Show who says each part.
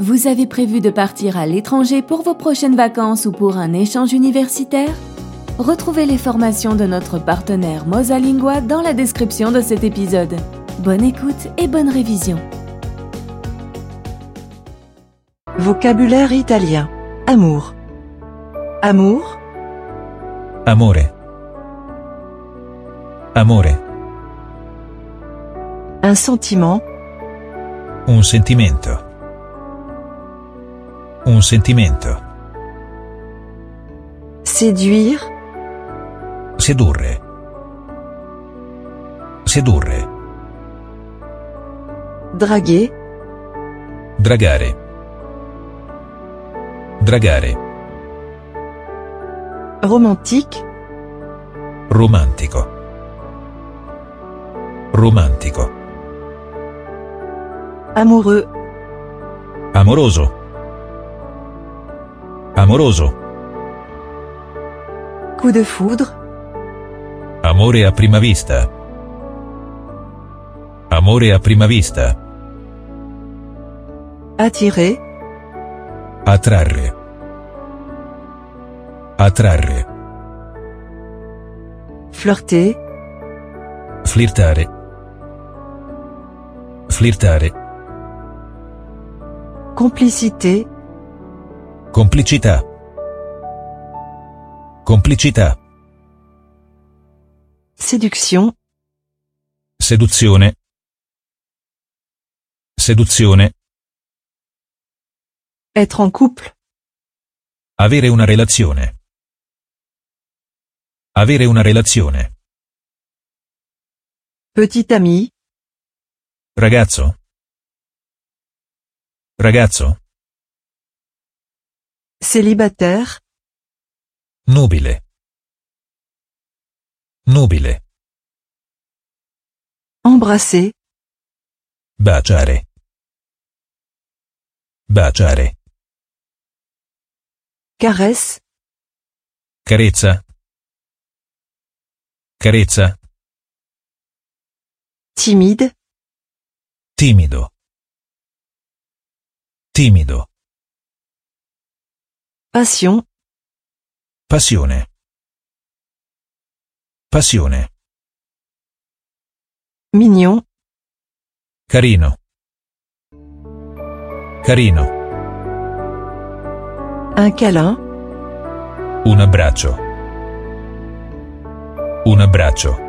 Speaker 1: Vous avez prévu de partir à l'étranger pour vos prochaines vacances ou pour un échange universitaire Retrouvez les formations de notre partenaire Mosalingua dans la description de cet épisode. Bonne écoute et bonne révision.
Speaker 2: Vocabulaire italien. Amour. Amour,
Speaker 3: Amore. Amore.
Speaker 2: un sentiment,
Speaker 3: Un sentimento. Un sentimento.
Speaker 2: séduire,
Speaker 3: Sedurre. Sedurre.
Speaker 2: draguer,
Speaker 3: Dragare. Dragare.
Speaker 2: romantique,
Speaker 3: Romantico. Romantico.
Speaker 2: amoureux,
Speaker 3: Amoroso. Amoroso.
Speaker 2: coup de foudre,
Speaker 3: Amore a prima vista. Amore a prima vista.
Speaker 2: attirer,
Speaker 3: Attrarre. Attrarre.
Speaker 2: flirter,
Speaker 3: Flirtare. Flirtare.
Speaker 2: complicité,
Speaker 3: Complicità. Complicità.
Speaker 2: séduction,
Speaker 3: Seduzione. Seduzione.
Speaker 2: être en couple,
Speaker 3: Avere una relazione. Avere una relazione.
Speaker 2: petit ami,
Speaker 3: Ragazzo. Ragazzo.
Speaker 2: célibataire,
Speaker 3: Nubile. Nubile.
Speaker 2: embrasser,
Speaker 3: Baciare. Baciare.
Speaker 2: caresse,
Speaker 3: Carezza. Carezza.
Speaker 2: timide,
Speaker 3: Timido. Timido.
Speaker 2: passion,
Speaker 3: Passione. Passione.
Speaker 2: mignon,
Speaker 3: Carino. Carino.
Speaker 2: un câlin,
Speaker 3: Un abbraccio. Un abbraccio.